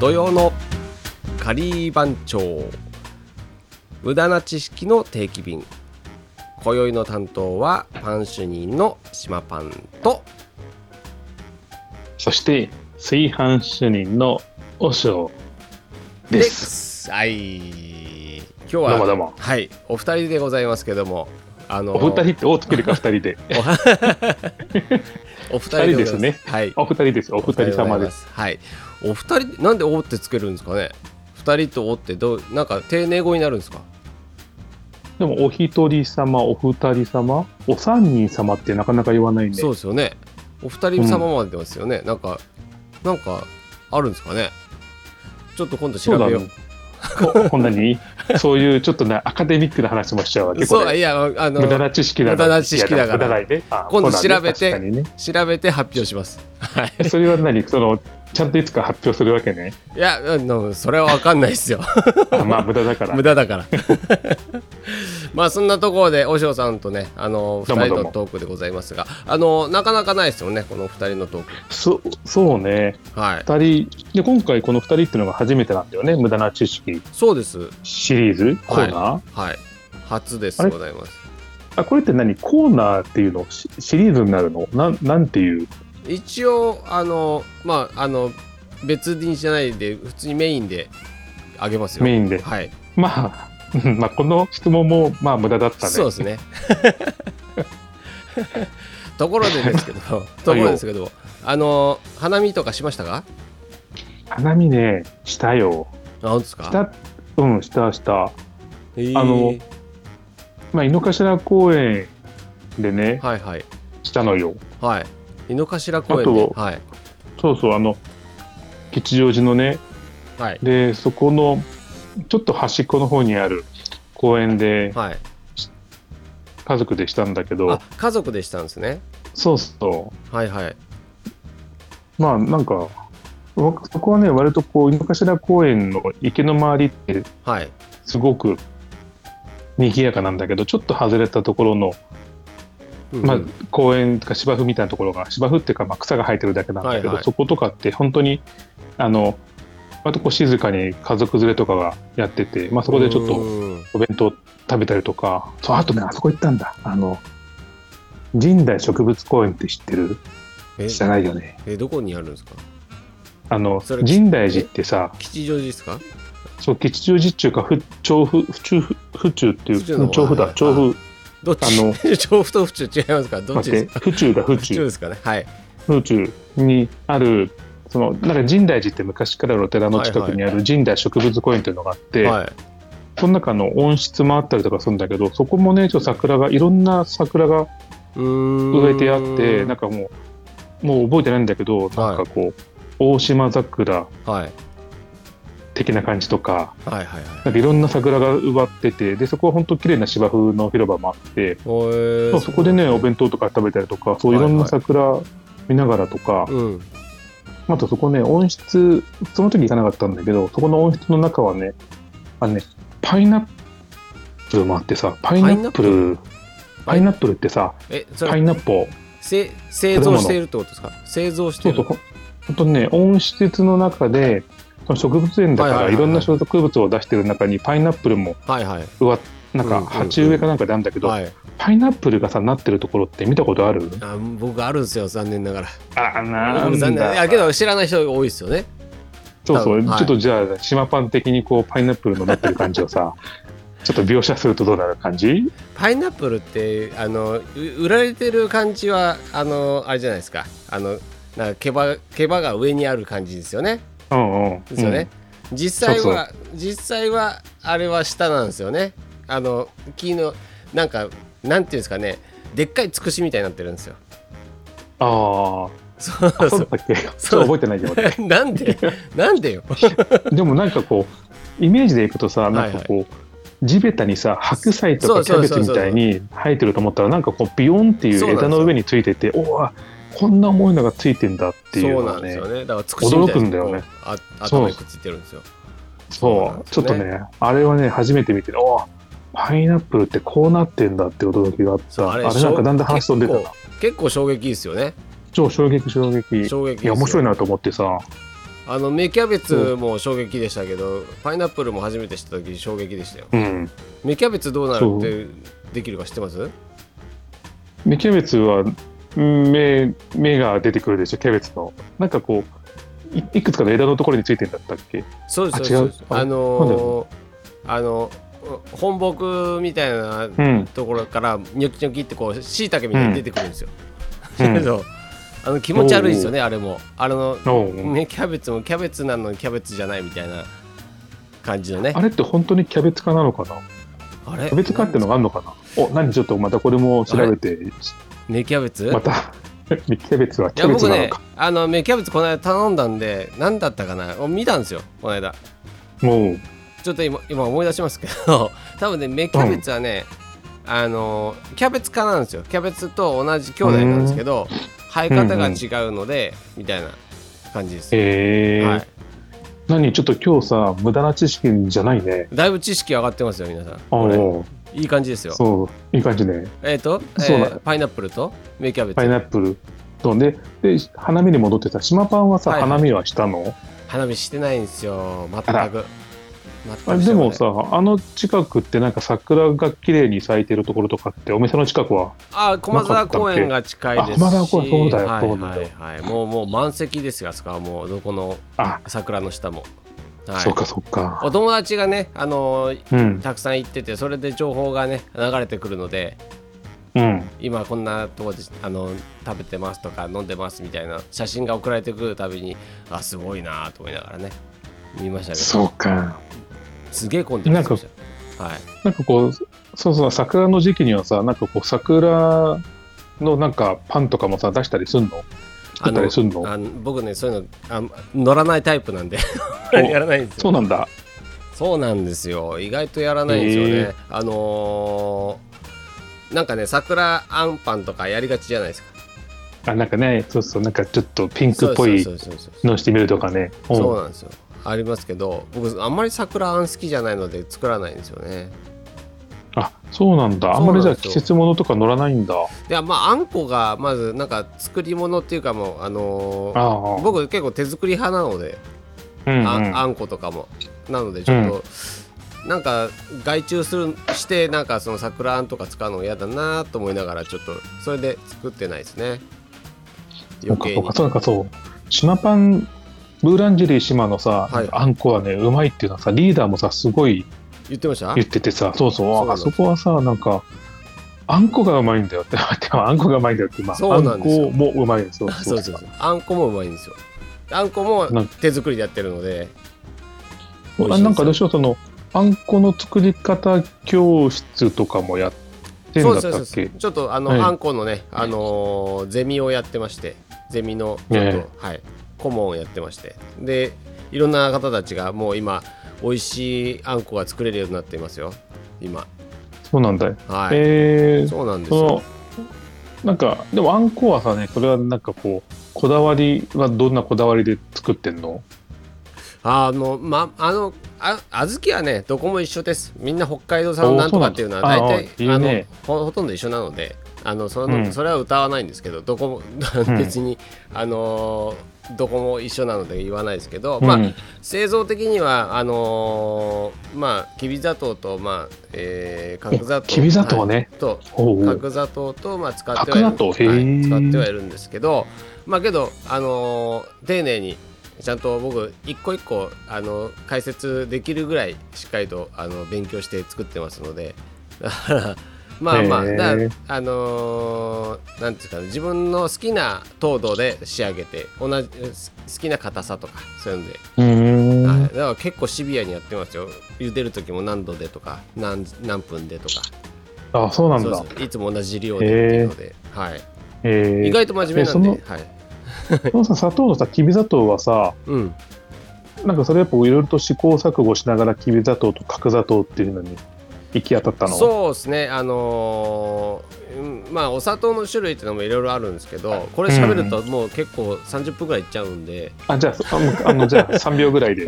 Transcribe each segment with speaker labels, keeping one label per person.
Speaker 1: 土曜のカリー番長無駄な知識の定期便今宵の担当はパン主任の島パンと
Speaker 2: そして、炊飯主任の和尚です。
Speaker 1: はい今日は
Speaker 2: どうもどうも。
Speaker 1: はいお二人でございますけどもあの
Speaker 2: お二人って大作りか 二人で。
Speaker 1: お二人でございます
Speaker 2: 二人ですね
Speaker 1: はい
Speaker 2: お二人です。お二人様です。
Speaker 1: すはいお二人なんで「お」ってつけるんですかね二人と「お」ってどうなんか丁寧語になるんですか
Speaker 2: でも、お一人様、お二人様、お三人様ってなかなか言わないね。
Speaker 1: そうですよね。お二人様まで出ますよね。なんか、なんか、あるんですかね。ちょっと今度調べよう。
Speaker 2: そうだね。ここんなに、そういうちょっとね、アカデミックな話もしちゃうわけ。
Speaker 1: そう
Speaker 2: これ
Speaker 1: いや、あ
Speaker 2: 無駄
Speaker 1: の、
Speaker 2: な知識だ
Speaker 1: 無駄な知識だから
Speaker 2: いや無駄ないね。あ
Speaker 1: 今度
Speaker 2: そうだ
Speaker 1: 調べて
Speaker 2: 確かにね
Speaker 1: 調べて発表します。はい。
Speaker 2: それは何その、ちゃんといつか発表するわけ ね。
Speaker 1: いや、あの、それはわかんないです よ。
Speaker 2: あまあ、無駄だから
Speaker 1: 無。駄だから。 まあ、そんなところで、おしさんとね、あの、二
Speaker 2: どうもどう
Speaker 1: 人
Speaker 2: も
Speaker 1: のトークでございますが、あの、なかなかないですよね、この二人のトー
Speaker 2: そそうね。
Speaker 1: ク。はい。
Speaker 2: 二人、で、今回この二人っていうのが初めてなんだよね。無駄な知識。
Speaker 1: そうです。
Speaker 2: シリーズコーナー、
Speaker 1: はい。初です、
Speaker 2: あれ
Speaker 1: ございます。
Speaker 2: あこれって何コーナーっていうのシシリーズになるのなんなんていう
Speaker 1: 一応あのまああの別にじゃないで普通にメインであげますよ
Speaker 2: メインで
Speaker 1: はい、
Speaker 2: まあうんまあこの質問もまあ無駄だったね
Speaker 1: そうです ねところでですけ どところですけどあの花見とかしましたか
Speaker 2: 花見ねしたよ
Speaker 1: あ本当ですか
Speaker 2: したうんしたした
Speaker 1: へー
Speaker 2: あのまあ井の頭公園でね
Speaker 1: はいはい
Speaker 2: したのよ
Speaker 1: はい井の頭公園で
Speaker 2: あと
Speaker 1: はい
Speaker 2: そうそうあの吉祥寺のね
Speaker 1: はい
Speaker 2: でそこのちょっと端っこの方にある公園で
Speaker 1: はい
Speaker 2: 家族でしたんだけ
Speaker 1: あ
Speaker 2: ど
Speaker 1: 家族でしたんですね
Speaker 2: そうそう
Speaker 1: はいはい
Speaker 2: まあなんかわそこはね割とこう井の頭公園の池の周りって
Speaker 1: はい
Speaker 2: すごく賑やかなんだけどちょっと外れたところの、
Speaker 1: うん
Speaker 2: まあ、公園とか芝生みたいなところが芝生っていうかまあ草が生えてるだけなんだけど、
Speaker 1: はいはい
Speaker 2: そことかって本当にあの割とこう静かに家族連れとかがやってて、まあ、そこでちょっと
Speaker 1: うん
Speaker 2: お弁当食べたりとかそうあとねあそこ行ったんだあの神代植物公園って知ってる
Speaker 1: え
Speaker 2: 知らないよね
Speaker 1: えどこにあるんですか
Speaker 2: あの
Speaker 1: それ
Speaker 2: 神代寺ってさ
Speaker 1: 吉祥寺ですか
Speaker 2: そう吉祥寺中か府調布府中府府中ってい
Speaker 1: 府中の
Speaker 2: う
Speaker 1: 方
Speaker 2: 調布
Speaker 1: は
Speaker 2: だ
Speaker 1: い
Speaker 2: 調布
Speaker 1: どっち
Speaker 2: あ の
Speaker 1: 調布と府中違いますかどっち
Speaker 2: 待っ
Speaker 1: です
Speaker 2: て
Speaker 1: か
Speaker 2: 府中だ府
Speaker 1: 府中
Speaker 2: 中
Speaker 1: ですかねはい
Speaker 2: 府中にあるそのなんか深大寺って昔からのお寺の近くにある深大植物公園っていうのがあって、
Speaker 1: はい
Speaker 2: その中の温室もあったりとかするんだけどそこもねちょっと桜がいろんな桜が
Speaker 1: 植
Speaker 2: 植えてあってなんかもうもう覚えてないんだけどなんかこう、大島桜
Speaker 1: はい
Speaker 2: 的な感じとか
Speaker 1: はいはいはい
Speaker 2: なんかいろんな桜が植わっててでそこは本当綺麗な芝生の広場もあって、
Speaker 1: おー
Speaker 2: そうそこでねお弁当とか食べたりとかそういろんな桜見ながらとか、
Speaker 1: うん
Speaker 2: あとそこね温室その時行かなかったんだけどそこの温室の中はねあのねパイナップルもあってさパイナップルパイナップルってさ
Speaker 1: えそ
Speaker 2: パイ
Speaker 1: れ
Speaker 2: ナッポー
Speaker 1: せ製造しているってことですか製造して
Speaker 2: そ
Speaker 1: いうる
Speaker 2: そうほんほんとね温室の中でその植物園だか
Speaker 1: はいは
Speaker 2: ら
Speaker 1: いはいは
Speaker 2: い
Speaker 1: い
Speaker 2: ろんな植物を出してる中にパイナップルも
Speaker 1: はいはい
Speaker 2: 植わなん
Speaker 1: うん
Speaker 2: か
Speaker 1: うんうん
Speaker 2: 鉢植えかなんかなんだけど、
Speaker 1: はい、
Speaker 2: パイナップルがさなってるところって見たことある
Speaker 1: あ僕あるんですよ残念ながら
Speaker 2: あな
Speaker 1: 僕残念
Speaker 2: ん
Speaker 1: い
Speaker 2: だ
Speaker 1: やけど知らない人が多いですよね
Speaker 2: そうそ
Speaker 1: は
Speaker 2: う、
Speaker 1: い
Speaker 2: ちょっとじゃあ島パン的にこうパイナップルのなってる感じを さちょっと描写するとどうなる感じ
Speaker 1: パイナップルってあのう売られてる感じはあのあれじゃないですかあのなんか毛羽毛羽が上にある感じですよね
Speaker 2: うんうん
Speaker 1: ですよね、実際は実際はあれは下なんですよねあの木のなんかなんていうんですかねでっかいつくしみたいになってるんですよ
Speaker 2: うんあ
Speaker 1: そうそ
Speaker 2: あそ
Speaker 1: う
Speaker 2: う だったっけちょっと覚えてないけ ど俺
Speaker 1: なんでなんでよ
Speaker 2: でもなんかこうイメージでいくとさなんかこう、地べたにさ白菜と
Speaker 1: そ
Speaker 2: か
Speaker 1: う
Speaker 2: キ
Speaker 1: そ
Speaker 2: ャ
Speaker 1: う
Speaker 2: ベ
Speaker 1: そうそ
Speaker 2: ツ
Speaker 1: う
Speaker 2: みたいに生えてると思ったらなんかこうビヨンってい
Speaker 1: そう
Speaker 2: う
Speaker 1: なんですよ
Speaker 2: 枝の上についてておおこんな重いのがついてんだっていう
Speaker 1: そう
Speaker 2: の
Speaker 1: なん
Speaker 2: が
Speaker 1: です
Speaker 2: ね
Speaker 1: よねだからつくしみたいなの
Speaker 2: 驚くんだよね
Speaker 1: あ
Speaker 2: そう
Speaker 1: 頭にくっついてるんですよそう
Speaker 2: そ
Speaker 1: なん
Speaker 2: う
Speaker 1: です
Speaker 2: ちょ
Speaker 1: よね
Speaker 2: っとねあれはね初めて見ておーパイナップルってこうなってんだって驚きがあっ
Speaker 1: そう
Speaker 2: た
Speaker 1: あ
Speaker 2: あ
Speaker 1: れ
Speaker 2: れなんかだんだん話飛んでた
Speaker 1: 結
Speaker 2: な
Speaker 1: 結構衝撃ですよね
Speaker 2: 超衝撃衝撃い
Speaker 1: 衝撃です
Speaker 2: や
Speaker 1: よ
Speaker 2: 面白いなと思ってさ
Speaker 1: あの芽キャベツも衝撃でしたけどパイナップルも初めて知った時衝撃でしたよ
Speaker 2: うん
Speaker 1: 芽キャベツどうなるってできるか知ってます
Speaker 2: でキャベツはうん芽芽が出てくるでしょキャベツのなんかこういいくつかの枝のところについてんだったっけ
Speaker 1: そうです
Speaker 2: あ
Speaker 1: そうです
Speaker 2: 違う
Speaker 1: あ
Speaker 2: あ
Speaker 1: のーあの本木みたいな
Speaker 2: うん
Speaker 1: ところからニョキニョキってこうしいたけみたいに出てくるんですよ、
Speaker 2: うん
Speaker 1: そうあの気持ち悪いですよねあれもあれの、
Speaker 2: おう
Speaker 1: ね、キャベツもキャベツなのにキャベツじゃないみたいな感じのね
Speaker 2: あれって本当にキャベツ科なのかな
Speaker 1: あれ
Speaker 2: キャベツ科ってのがあるのかなお何ちょっとまたこれも調べて
Speaker 1: ねキャベツ、
Speaker 2: また キャベツはいキ
Speaker 1: や
Speaker 2: ャベツ
Speaker 1: 僕
Speaker 2: なの
Speaker 1: ね
Speaker 2: か
Speaker 1: あの芽キャベツこの間頼んだんで何だったかなお見たんですよこの間
Speaker 2: もう
Speaker 1: ちょっと今今思い出しますけど 多分ね芽キャベツはね、あのキャベツ科なんですよキャベツと同じ兄弟なんですけど生え方が違うので、みたいな感じです、
Speaker 2: えー
Speaker 1: はい、
Speaker 2: 何ちょっと今日さ無駄な知識じゃないね
Speaker 1: だいぶ知識上がってますよ皆さん
Speaker 2: あ
Speaker 1: これ
Speaker 2: おう
Speaker 1: いい感じですよ
Speaker 2: そういい感じね
Speaker 1: えっ、と、えー
Speaker 2: そうだ
Speaker 1: パイナップルと芽キャベ
Speaker 2: パイナ
Speaker 1: ツ
Speaker 2: ップルとでで花見に戻ってさ島パンはさ、
Speaker 1: はいはい
Speaker 2: 花見はしたの
Speaker 1: 花火してないんですよ全く
Speaker 2: あら
Speaker 1: 全く
Speaker 2: あれ
Speaker 1: して
Speaker 2: で
Speaker 1: ない
Speaker 2: もさあの近くってなんか桜が綺麗に咲いてるところとかってお店の近くは
Speaker 1: あ駒沢公園が近いですし
Speaker 2: あ駒沢公園そうだよ
Speaker 1: はい
Speaker 2: そうだ
Speaker 1: はい
Speaker 2: よ
Speaker 1: はいもうもう満席ですよあそこはもうどこの
Speaker 2: あ、
Speaker 1: 桜の下も、はい、
Speaker 2: そっかそっか
Speaker 1: お友達がねあのー
Speaker 2: うん
Speaker 1: たくさん行っててそれで情報がね流れてくるので
Speaker 2: うん
Speaker 1: 今こんなとこであの食べてますとか飲んでますみたいな写真が送られてくるたびにあすごいなと思いながらね見ましたけど
Speaker 2: そうか
Speaker 1: すげえ混んでるんですよはい
Speaker 2: なんかこうそうそう桜の時期にはさなんかこう桜のなんかパンとかもさ出したりすんの作ったりすんの
Speaker 1: あの僕ねそういうのあ乗らないタイプなんでやらないんですよ
Speaker 2: そうなんだ
Speaker 1: そうなんですよ意外とやらないんですよね、
Speaker 2: へ
Speaker 1: あのーなんかね桜あんパンとかやりがちじゃないですか
Speaker 2: あなんかねそうそうなんかちょっとピンクっぽい
Speaker 1: そうそうそうそう
Speaker 2: のしてみるとかねうん
Speaker 1: そうなんですよありますけど僕あんまり桜あん好きじゃないので作らないんですよね
Speaker 2: あそうなんだあ
Speaker 1: そ
Speaker 2: ん
Speaker 1: うな
Speaker 2: ま
Speaker 1: ん
Speaker 2: り
Speaker 1: です
Speaker 2: じ
Speaker 1: よ
Speaker 2: ゃあ季節ものとか乗らないんだ
Speaker 1: でまああんこがまずなんか作り物っていうかもうあのー
Speaker 2: ああ
Speaker 1: 僕結構手作り派なので、
Speaker 2: うんうん
Speaker 1: ああんことかもなのでちょっと、なんか外注するしてなんかその桜あんとか使うの嫌だなと思いながらちょっとそれで作ってないですね
Speaker 2: そう
Speaker 1: 余計
Speaker 2: かそう
Speaker 1: に
Speaker 2: かそうかそう島パンブーランジェリー島のさ、
Speaker 1: はい
Speaker 2: あんこはねうまいっていうのはさリーダーもさすごい
Speaker 1: 言ってました
Speaker 2: 言っててさそうそ
Speaker 1: そ
Speaker 2: う
Speaker 1: うなん
Speaker 2: あ
Speaker 1: です
Speaker 2: そこはさなんかあんこがうまいんだよって あんこがうまいんだよって、まあ、
Speaker 1: そうなんですよ
Speaker 2: あんこもうまいですそう
Speaker 1: あそうそうそうあんこもうまいんですよあんこも
Speaker 2: な
Speaker 1: 手作りでやってるので美味しいです
Speaker 2: あ
Speaker 1: よ
Speaker 2: なんかどうしようそのあんこの作り方教室とかもやってん
Speaker 1: そう
Speaker 2: だっ
Speaker 1: そう
Speaker 2: た
Speaker 1: そう
Speaker 2: っ
Speaker 1: そう
Speaker 2: け
Speaker 1: ちょっとあの、
Speaker 2: はい
Speaker 1: あんこのね、あのーゼミをやってましてゼミのちょっと、
Speaker 2: え
Speaker 1: はい顧問をやってましてでいろんな方たちがもう今美味しいあんこが作れるようになっていますよ今
Speaker 2: そうなんだよ、
Speaker 1: はい、
Speaker 2: えー
Speaker 1: そうなんです
Speaker 2: そ
Speaker 1: よ
Speaker 2: のなんかでもあんこはさねこれはなんかこうこだわりはどんなこだわりで作ってんの
Speaker 1: あのまあのあ小豆はねどこも一緒ですみんな北海道産なんとかっていうのは
Speaker 2: おーそうなん
Speaker 1: 大
Speaker 2: だ
Speaker 1: 体あ
Speaker 2: あーいい
Speaker 1: の
Speaker 2: ね
Speaker 1: ほほとんど一緒なのであのその、
Speaker 2: うん
Speaker 1: それは歌わないんですけどどこ
Speaker 2: う
Speaker 1: も
Speaker 2: ん
Speaker 1: 別に、あのーどこも一緒なので言わないですけど、
Speaker 2: うん
Speaker 1: まあ、製造的にはあのーまあきび砂糖とまあ、えー、角砂糖
Speaker 2: きび砂糖ね
Speaker 1: はいと
Speaker 2: おうおう
Speaker 1: 角砂糖と、まあ、使ってはいる
Speaker 2: 角砂糖
Speaker 1: はい
Speaker 2: へー
Speaker 1: 使ってはいるんですけどまあけど、あのー丁寧にちゃんと僕一個一個、あの解説できるぐらいしっかりと、あの勉強して作ってますので だからまあまあ
Speaker 2: へ
Speaker 1: だ
Speaker 2: ー
Speaker 1: あのーなんていうんですかね自分の好きな糖度で仕上げて同じ好きな硬さとかそういうので
Speaker 2: うーん
Speaker 1: はい、だから結構シビアにやってますよ茹でる時も何度でとか何何分でとか
Speaker 2: あそうなんだ
Speaker 1: そうですいつも同じ量でっていうので、はい
Speaker 2: え
Speaker 1: 意外と真面目なん
Speaker 2: え
Speaker 1: で、はい
Speaker 2: ー、そのさ砂糖のさきび砂糖はさ
Speaker 1: うん、
Speaker 2: なんかそれやっぱいろいろと試行錯誤しながらきび砂糖と角砂糖っていうのに行き当たったの
Speaker 1: そうですねあのーうんまあお砂糖の種類っていうのもいろいろあるんですけどこれ喋るともう結構30分ぐらいいっちゃうんで、
Speaker 2: あじゃああもうあの じゃあ3秒ぐらいで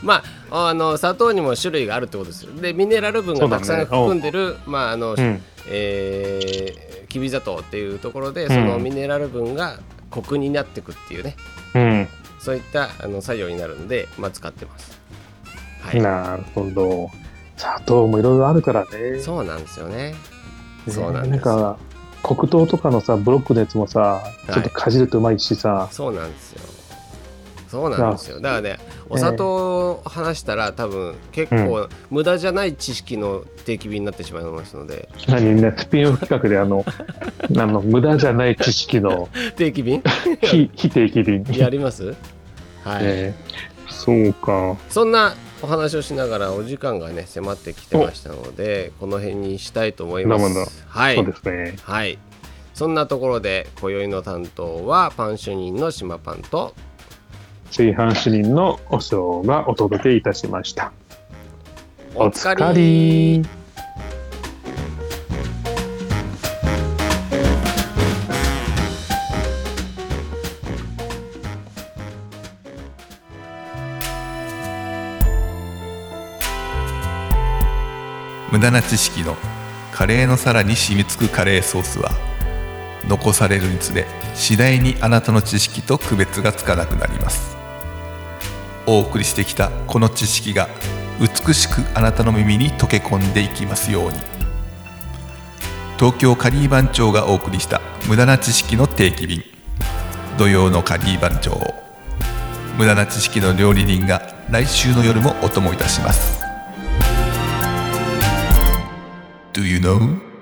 Speaker 1: まああの砂糖にも種類があるってことですよでミネラル分がたくさん含んでる、まああの、
Speaker 2: うん
Speaker 1: えーきび砂糖っていうところで
Speaker 2: ん
Speaker 1: そのミネラル分がコクになってくっていうね
Speaker 2: うん
Speaker 1: そういったあの作業になるんで、まあ、使ってます、はい、
Speaker 2: なるほど砂糖もいろいろあるからね
Speaker 1: そうなんですよね。
Speaker 2: ね
Speaker 1: そうなん
Speaker 2: な
Speaker 1: で
Speaker 2: ん
Speaker 1: す。
Speaker 2: か黒糖とかのさブロックのやつもさ
Speaker 1: い
Speaker 2: ちょっとかじるとうまいしさ、
Speaker 1: そうなんですよ。そうなんですよ。だからね、お砂糖を話したら、多分結構無駄じゃない知識の定期便になってしまいますので、
Speaker 2: 何ねスピンオフ企画であのあの無駄じゃない知識の
Speaker 1: 定期 便
Speaker 2: 非非定期便
Speaker 1: やりますはい、
Speaker 2: えーそうか
Speaker 1: そんなお話をしながらお時間がね迫ってきてましたのでこの辺にしたいと思いま
Speaker 2: ますだまだ
Speaker 1: はい
Speaker 2: そうですね
Speaker 1: はいそんなところで今宵の担当はパン主任の島パンと
Speaker 2: 炊飯主任のお嬢がお届けいたしました
Speaker 1: おつか
Speaker 2: おつかり
Speaker 3: 無駄な知識のカレーの皿に染みつくカレーソースは残されるにつれ次第にあなたの知識と区別がつかなくなりますお送りしてきたこの知識が美しくあなたの耳に溶け込んでいきますように東京カリー番長がお送りした無駄な知識の定期便土曜のカリー番長無駄な知識の料理人が来週の夜もお供いたします Do you know?